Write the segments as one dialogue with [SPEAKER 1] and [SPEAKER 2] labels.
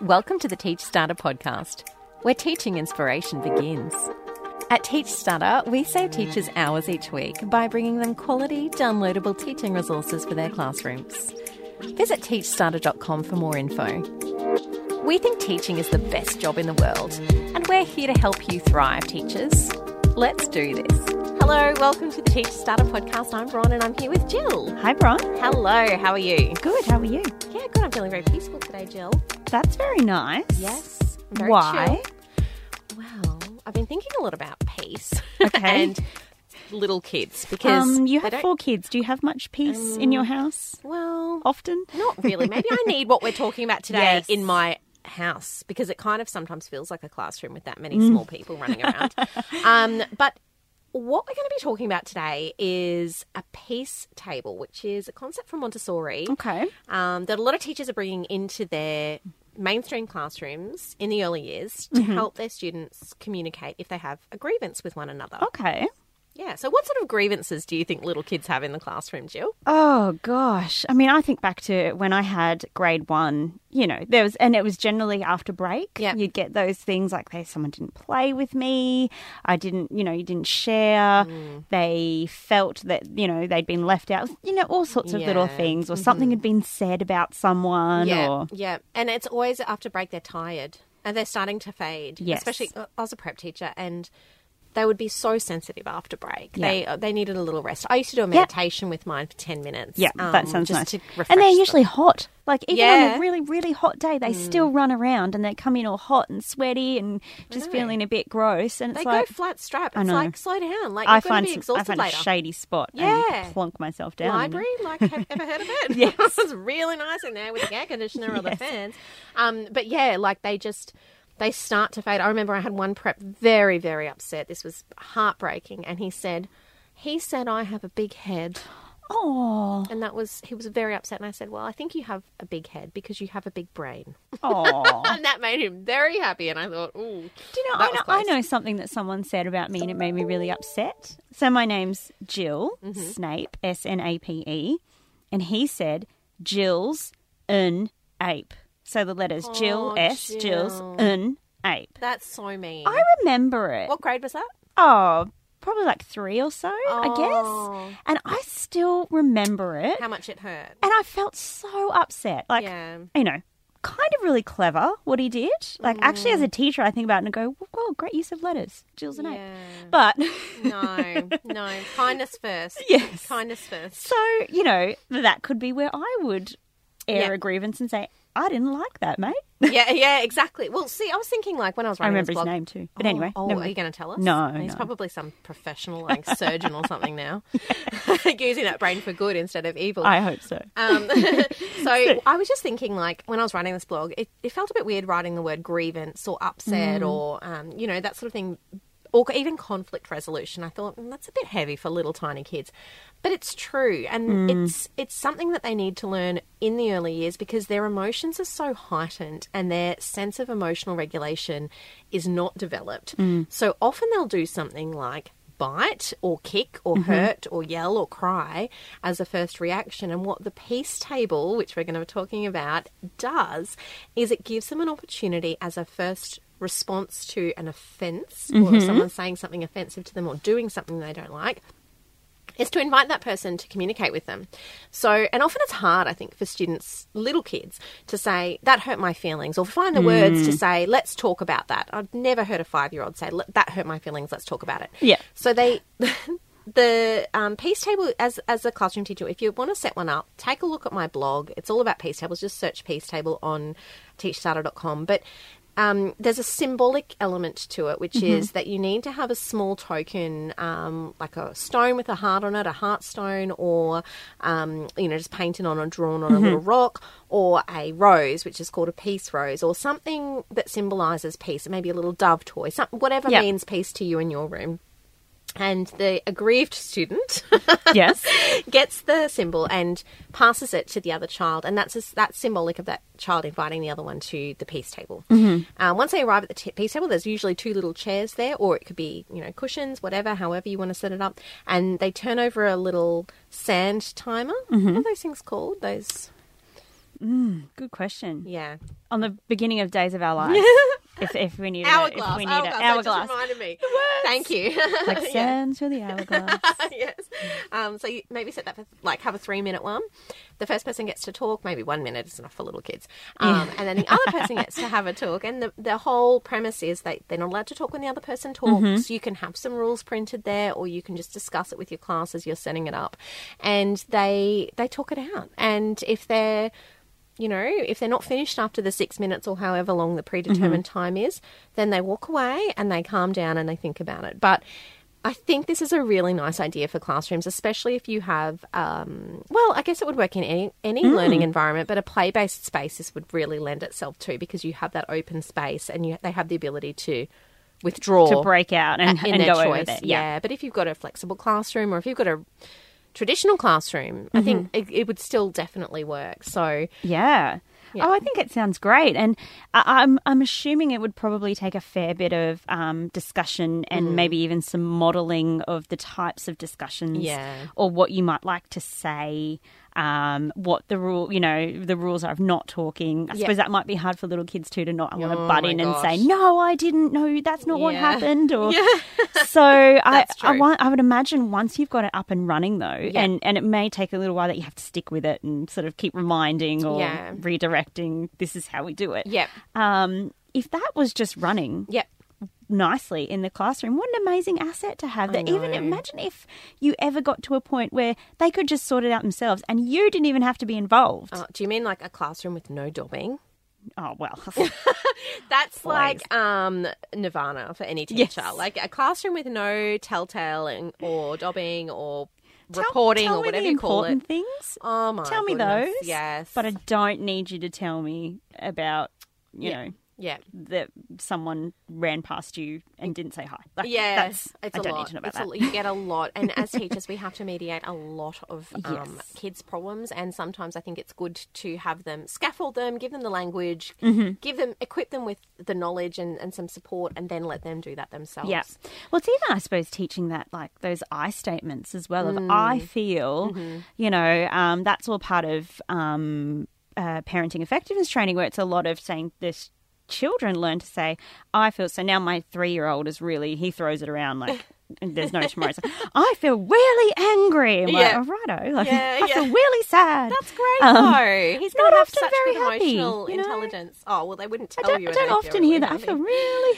[SPEAKER 1] Welcome to the Teach Starter podcast, where teaching inspiration begins. At Teach Starter, we save teachers hours each week by bringing them quality, downloadable teaching resources for their classrooms. Visit teachstarter.com for more info. We think teaching is the best job in the world, and we're here to help you thrive, teachers. Let's do this. Hello, welcome to the Teach Starter podcast. I'm Bron and I'm here with Jill.
[SPEAKER 2] Hi, Bron.
[SPEAKER 1] Hello, how are you?
[SPEAKER 2] Good. How are you?
[SPEAKER 1] Yeah, good. I'm feeling very peaceful today, Jill.
[SPEAKER 2] That's very nice.
[SPEAKER 1] Yes. I'm very
[SPEAKER 2] Why?
[SPEAKER 1] chill. Well, I've been thinking a lot about peace
[SPEAKER 2] Okay.
[SPEAKER 1] and little kids because
[SPEAKER 2] Um, you
[SPEAKER 1] they
[SPEAKER 2] have
[SPEAKER 1] don't-
[SPEAKER 2] four kids. Do you have much peace in your house
[SPEAKER 1] Well,
[SPEAKER 2] often?
[SPEAKER 1] not really. Maybe I need what we're talking about today
[SPEAKER 2] Oh. Yes.
[SPEAKER 1] in my house because it kind of sometimes feels like a classroom with that
[SPEAKER 2] Mm.
[SPEAKER 1] many small people running around. um, but what we're going to be talking about today is a peace table, which is a concept from Montessori
[SPEAKER 2] Okay.
[SPEAKER 1] um, that a lot of teachers are bringing into their mainstream classrooms in the early years
[SPEAKER 2] Mm-hmm.
[SPEAKER 1] to help their students communicate if they have a grievance with one another.
[SPEAKER 2] Okay.
[SPEAKER 1] Yeah. So, what sort of grievances do you think little kids have in the classroom, Jill?
[SPEAKER 2] Oh gosh. I mean, I think back to when I had grade one. You know, there was, and it was generally after break.
[SPEAKER 1] Yeah.
[SPEAKER 2] You'd get those things like, "Hey, someone didn't play with me. I didn't, you know, you didn't share." They felt that you know they'd been left out. You know, all sorts of little
[SPEAKER 1] Yeah.
[SPEAKER 2] things, or something had been said about someone,
[SPEAKER 1] Yeah.
[SPEAKER 2] or
[SPEAKER 1] Yeah. And it's always after break, they're tired and they're starting to fade.
[SPEAKER 2] Yes.
[SPEAKER 1] Especially, uh, I was a prep teacher and. They would be so sensitive after break. They they needed a little rest. I used to do a meditation with mine for ten minutes.
[SPEAKER 2] Yeah, that
[SPEAKER 1] um,
[SPEAKER 2] sounds
[SPEAKER 1] just
[SPEAKER 2] nice.
[SPEAKER 1] To
[SPEAKER 2] and they're
[SPEAKER 1] refresh
[SPEAKER 2] usually hot. Like even on
[SPEAKER 1] Yeah.
[SPEAKER 2] a really, really hot day, they still run around and they come in all hot and sweaty and
[SPEAKER 1] know.
[SPEAKER 2] just feeling a bit gross. And
[SPEAKER 1] They
[SPEAKER 2] it's like
[SPEAKER 1] go flat strap. It's
[SPEAKER 2] know.
[SPEAKER 1] like slow down. Like
[SPEAKER 2] I
[SPEAKER 1] you're going
[SPEAKER 2] find
[SPEAKER 1] to be
[SPEAKER 2] some, I
[SPEAKER 1] exhausted
[SPEAKER 2] find
[SPEAKER 1] later.
[SPEAKER 2] a shady spot
[SPEAKER 1] Yeah.
[SPEAKER 2] and plonk myself down. and-
[SPEAKER 1] Library, like have you ever heard of it?
[SPEAKER 2] Yes.
[SPEAKER 1] it's really nice in there with the air conditioner or the fans. Um, but yeah, like they just they start to fade. I remember I had one prep very very upset. This was heartbreaking, and he said. He said, I have a big head.
[SPEAKER 2] Oh,
[SPEAKER 1] And that was, he was very upset. And I said, Well, I think you have a big head because you have a big brain.
[SPEAKER 2] oh.
[SPEAKER 1] And that made him very happy. And I thought, Ooh.
[SPEAKER 2] Do you know,
[SPEAKER 1] That
[SPEAKER 2] I
[SPEAKER 1] was
[SPEAKER 2] know, I
[SPEAKER 1] close.
[SPEAKER 2] know something that someone said about me and it made me really upset. So my name's Jill Snape, S N A P E, and he said Jill's an ape. So the letters Jill
[SPEAKER 1] Oh,
[SPEAKER 2] S Jill's
[SPEAKER 1] Jill.
[SPEAKER 2] an ape.
[SPEAKER 1] That's so mean.
[SPEAKER 2] I remember it.
[SPEAKER 1] what grade was that?
[SPEAKER 2] Oh, probably like three or so, I
[SPEAKER 1] Oh.
[SPEAKER 2] guess. And I still remember it.
[SPEAKER 1] How much it hurt.
[SPEAKER 2] And I felt so upset. Like,
[SPEAKER 1] Yeah.
[SPEAKER 2] you know, kind of really clever what he did. Like, actually,
[SPEAKER 1] Mm.
[SPEAKER 2] as a teacher, I think about it and go, well, great use of letters. Jill's an ape.
[SPEAKER 1] Yeah.
[SPEAKER 2] But.
[SPEAKER 1] No, no. Kindness first.
[SPEAKER 2] Yes.
[SPEAKER 1] Kindness first.
[SPEAKER 2] So, you know, that could be where I would air
[SPEAKER 1] Yeah.
[SPEAKER 2] a grievance and say, I didn't like that, mate.
[SPEAKER 1] Yeah, yeah, exactly. Well, see, I was thinking like when I was
[SPEAKER 2] I
[SPEAKER 1] writing
[SPEAKER 2] remember
[SPEAKER 1] this
[SPEAKER 2] his
[SPEAKER 1] blog-
[SPEAKER 2] name too. But
[SPEAKER 1] Oh,
[SPEAKER 2] anyway.
[SPEAKER 1] oh,
[SPEAKER 2] never
[SPEAKER 1] are you
[SPEAKER 2] mind.
[SPEAKER 1] going to tell us?
[SPEAKER 2] No,
[SPEAKER 1] he's
[SPEAKER 2] no.
[SPEAKER 1] probably some professional like surgeon or something now, using that brain for good instead of evil.
[SPEAKER 2] I hope so.
[SPEAKER 1] Um, so I was just thinking, like, when I was writing this blog, it, it felt a bit weird writing the word grievance or upset or, um, you know, that sort of thing, or even conflict resolution. I thought "Mm, that's a bit heavy for little tiny kids, but it's true, and it's it's something that they need to learn in the early years because their emotions are so heightened and their sense of emotional regulation is not developed. So often they'll do something like bite or kick or hurt or yell or cry as a first reaction. And what the peace table, which we're going to be talking about, does is it gives them an opportunity as a first response to an offense or someone saying something offensive to them or doing something they don't like is to invite that person to communicate with them. So, and often it's hard, I think, for students, little kids, to say, that hurt my feelings, or find the words to say, let's talk about that. I've never heard a five year old say, "Let- that hurt my feelings, let's talk about it.
[SPEAKER 2] Yeah.
[SPEAKER 1] So they, the um, peace table, as, as a classroom teacher, if you want to set one up, take a look at my blog. It's all about peace tables. Just search peace table on teachstarter.com. But um, there's a symbolic element to it, which is that you need to have a small token, um, like a stone with a heart on it, a heart stone, or um, you know, just painted on or drawn on a little rock, or a rose, which is called a peace rose, or something that symbolises peace, maybe a little dove toy, some, whatever
[SPEAKER 2] Yeah.
[SPEAKER 1] means peace to you in your room. And the aggrieved student
[SPEAKER 2] yes.
[SPEAKER 1] gets the symbol and passes it to the other child, and that's that's symbolic of that child inviting the other one to the peace table.
[SPEAKER 2] Mm-hmm.
[SPEAKER 1] Um, once they arrive at the t- peace table, there's usually two little chairs there, or it could be you know cushions, whatever, however you want to set it up, and
[SPEAKER 2] Mm-hmm.
[SPEAKER 1] they turn over a little sand timer. What are those things called? Those
[SPEAKER 2] Good question.
[SPEAKER 1] Yeah.
[SPEAKER 2] On the beginning of Days of Our Lives. if, if we need a- if
[SPEAKER 1] Hourglass.
[SPEAKER 2] we need
[SPEAKER 1] hourglass.
[SPEAKER 2] a-
[SPEAKER 1] That just
[SPEAKER 2] hourglass.
[SPEAKER 1] reminded me. Thank you.
[SPEAKER 2] Like sands through the hourglass.
[SPEAKER 1] yes. Um, so you maybe set that for like have a three minute one. The first person gets to talk, maybe one minute is enough for little kids. Um, and then the other person gets to have a talk. And the, the whole premise is that they're not allowed to talk when the other person talks. You can have some rules printed there, or you can just discuss it with your class as you're setting it up. And they they talk it out. And if they're you know, if they're not finished after the six minutes or however long the
[SPEAKER 2] Mm-hmm.
[SPEAKER 1] predetermined time is, then they walk away and they calm down and they think about it. But I think this is a really nice idea for classrooms, especially if you have, um, well, I guess it would work in any, any
[SPEAKER 2] Mm.
[SPEAKER 1] learning environment, but a play based space this would really lend itself to because you have that open space and you, they have the ability to withdraw
[SPEAKER 2] to break out and,
[SPEAKER 1] in
[SPEAKER 2] and
[SPEAKER 1] their
[SPEAKER 2] go
[SPEAKER 1] choice.
[SPEAKER 2] over there.
[SPEAKER 1] yeah. but if you've got a flexible classroom or if you've got a traditional classroom, I think
[SPEAKER 2] Mm-hmm.
[SPEAKER 1] it, it would still definitely work. So
[SPEAKER 2] Yeah.
[SPEAKER 1] Yeah.
[SPEAKER 2] Oh, I think it sounds great, and I- I'm I'm assuming it would probably take a fair bit of um, discussion
[SPEAKER 1] Mm-hmm.
[SPEAKER 2] and maybe even some modelling of the types of discussions,
[SPEAKER 1] Yeah.
[SPEAKER 2] or what you might like to say, um, what the rule, you know, the rules are of not talking. I
[SPEAKER 1] Yeah.
[SPEAKER 2] suppose that might be hard for little kids too to not want to
[SPEAKER 1] Oh
[SPEAKER 2] butt
[SPEAKER 1] my
[SPEAKER 2] in
[SPEAKER 1] gosh.
[SPEAKER 2] and say, "No, I didn't know that's not what
[SPEAKER 1] Yeah.
[SPEAKER 2] happened," or so I,
[SPEAKER 1] That's
[SPEAKER 2] I
[SPEAKER 1] true.
[SPEAKER 2] want. I would imagine once you've got it up and running though, and and it may take a little while that you have to stick with it and sort of keep reminding or
[SPEAKER 1] Yeah.
[SPEAKER 2] redirecting. This is how we do it.
[SPEAKER 1] Yep.
[SPEAKER 2] Um, if that was just running
[SPEAKER 1] Yep.
[SPEAKER 2] nicely in the classroom, what an amazing asset to have. That even
[SPEAKER 1] know.
[SPEAKER 2] imagine if you ever got to a point where they could just sort it out themselves, and you didn't even have to be involved.
[SPEAKER 1] Uh, do you mean like a classroom with no dobbing?
[SPEAKER 2] oh well.
[SPEAKER 1] That's like um, Nirvana for any teacher. Like a classroom with no telltale and, or dobbing or reporting
[SPEAKER 2] tell, tell
[SPEAKER 1] or
[SPEAKER 2] me
[SPEAKER 1] whatever
[SPEAKER 2] the
[SPEAKER 1] you call
[SPEAKER 2] important
[SPEAKER 1] it.
[SPEAKER 2] things.
[SPEAKER 1] Oh my
[SPEAKER 2] tell me
[SPEAKER 1] goodness,
[SPEAKER 2] those.
[SPEAKER 1] Yes.
[SPEAKER 2] But I don't need you to tell me about, you know,
[SPEAKER 1] yeah.
[SPEAKER 2] that someone ran past you and didn't say hi. Like,
[SPEAKER 1] Yeah,
[SPEAKER 2] that's,
[SPEAKER 1] it's
[SPEAKER 2] I
[SPEAKER 1] a
[SPEAKER 2] don't
[SPEAKER 1] lot.
[SPEAKER 2] need to know about
[SPEAKER 1] It's a
[SPEAKER 2] that.
[SPEAKER 1] lot- you get a lot, and as teachers, we have to mediate a lot of um,
[SPEAKER 2] Yes.
[SPEAKER 1] kids' problems. And sometimes I think it's good to have them scaffold them, give them the language,
[SPEAKER 2] Mm-hmm.
[SPEAKER 1] give them, equip them with the knowledge and, and some support, and then let them do that themselves.
[SPEAKER 2] Yeah. Well, it's even, I suppose, teaching that, like those I statements as well
[SPEAKER 1] Mm.
[SPEAKER 2] of I feel,
[SPEAKER 1] Mm-hmm.
[SPEAKER 2] you know, um, that's all part of um, uh, parenting effectiveness training where it's a lot of saying this children learn to say, I feel. So now my three year old is really, he throws it around like, there's no tomorrow. It's like, I feel really angry. I'm
[SPEAKER 1] Yeah.
[SPEAKER 2] like, oh, righto. Like,
[SPEAKER 1] Yeah,
[SPEAKER 2] I
[SPEAKER 1] yeah.
[SPEAKER 2] feel really sad.
[SPEAKER 1] That's great, though. He's going
[SPEAKER 2] Um, not
[SPEAKER 1] to have
[SPEAKER 2] often
[SPEAKER 1] such
[SPEAKER 2] very
[SPEAKER 1] good
[SPEAKER 2] happy,
[SPEAKER 1] emotional
[SPEAKER 2] you know?
[SPEAKER 1] intelligence. Oh, well, they wouldn't
[SPEAKER 2] I
[SPEAKER 1] tell
[SPEAKER 2] don't,
[SPEAKER 1] you.
[SPEAKER 2] I
[SPEAKER 1] when
[SPEAKER 2] don't
[SPEAKER 1] they feel
[SPEAKER 2] often
[SPEAKER 1] really
[SPEAKER 2] hear that. I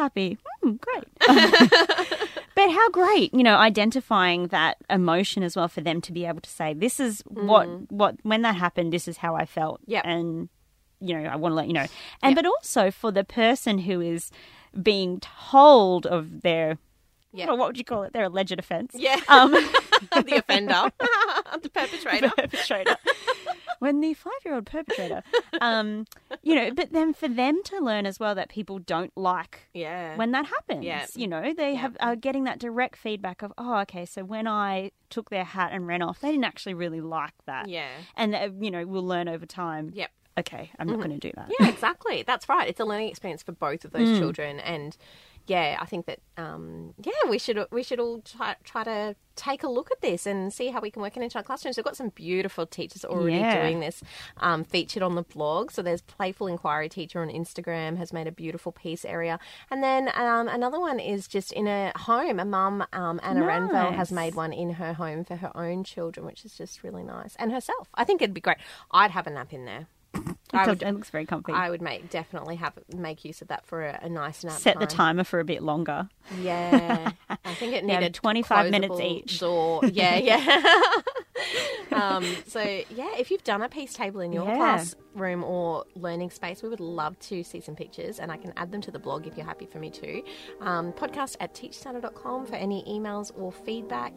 [SPEAKER 1] happy.
[SPEAKER 2] feel really happy. Mm, great. but how great, you know, identifying that emotion as well for them to be able to say, this is what, what when that happened, this is how I felt.
[SPEAKER 1] Mm. Yep.
[SPEAKER 2] And, you know, I want to let you know. And, but also for the person who is being told of their,
[SPEAKER 1] Yep.
[SPEAKER 2] well, what would you call it, their alleged offense?
[SPEAKER 1] Yeah.
[SPEAKER 2] Um,
[SPEAKER 1] the offender, the perpetrator.
[SPEAKER 2] perpetrator. when the five year old perpetrator, um, you know, but then for them to learn as well that people don't like
[SPEAKER 1] Yeah.
[SPEAKER 2] when that happens.
[SPEAKER 1] Yeah.
[SPEAKER 2] You know, they have are getting that direct feedback of, oh, okay, so when I took their hat and ran off, they didn't actually really like that.
[SPEAKER 1] Yeah.
[SPEAKER 2] And, uh, you know, we'll learn over time.
[SPEAKER 1] Yep.
[SPEAKER 2] Okay, I'm not going to do that.
[SPEAKER 1] Mm-hmm.
[SPEAKER 2] Mm.
[SPEAKER 1] Yeah, exactly. That's right. It's a learning experience for both of those children, and yeah, I think that um, yeah, we should we should all try, try to take a look at this and see how we can work it into our classrooms. We've got some beautiful teachers already
[SPEAKER 2] Yeah.
[SPEAKER 1] doing this, um, featured on the blog. So there's Playful Inquiry Teacher on Instagram has made a beautiful piece area, and then um, another one is just in a home. A mum, um, Anna Ranville, has
[SPEAKER 2] Nice.
[SPEAKER 1] made one in her home for her own children, which is just really nice, and herself. I think it'd be great. I'd have a nap in there. I
[SPEAKER 2] It,
[SPEAKER 1] would-
[SPEAKER 2] looks- it looks very comfy.
[SPEAKER 1] I would make definitely have make use of that for a, a nice nap.
[SPEAKER 2] Set the
[SPEAKER 1] time.
[SPEAKER 2] timer for a bit longer.
[SPEAKER 1] Yeah, I think it needed
[SPEAKER 2] 25 minutes
[SPEAKER 1] closable
[SPEAKER 2] each.
[SPEAKER 1] Door. Yeah, yeah. um, so yeah, if you've done a piece table in your
[SPEAKER 2] Yeah.
[SPEAKER 1] classroom or learning space, we would love to see some pictures, and I can add them to the blog if you're happy for me to. Um, podcast at teachstarter.com for any emails or feedback,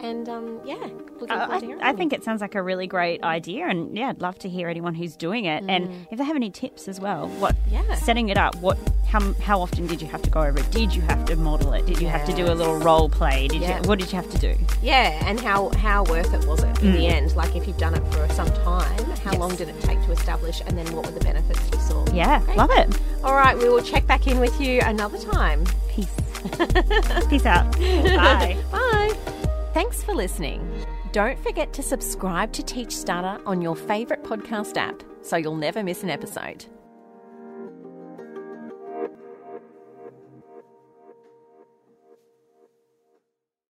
[SPEAKER 1] and um, yeah, looking
[SPEAKER 2] Uh,
[SPEAKER 1] forward to
[SPEAKER 2] I,
[SPEAKER 1] hearing
[SPEAKER 2] I
[SPEAKER 1] from you.
[SPEAKER 2] think it sounds like a really great idea, and yeah, I'd love to hear anyone who's doing it, and if they have any tips as well. What
[SPEAKER 1] Mm. Yeah.
[SPEAKER 2] setting it up? What how how often did you have to go over it? Did you have to model it? Did you have to do a
[SPEAKER 1] Yes.
[SPEAKER 2] little role play? Did
[SPEAKER 1] Yeah.
[SPEAKER 2] you what did you have to do?
[SPEAKER 1] Yeah, and how, how worth it was it in the end? Like, if you've done it for some time, how long did it take to establish, and then what were the benefits you saw?
[SPEAKER 2] Yeah,
[SPEAKER 1] Great.
[SPEAKER 2] love it.
[SPEAKER 1] All right, we will check back in with you another time.
[SPEAKER 2] Peace. Peace out. Bye.
[SPEAKER 1] Bye. Thanks for listening. Don't forget to subscribe to Teach Starter on your favourite podcast app so you'll never miss an episode.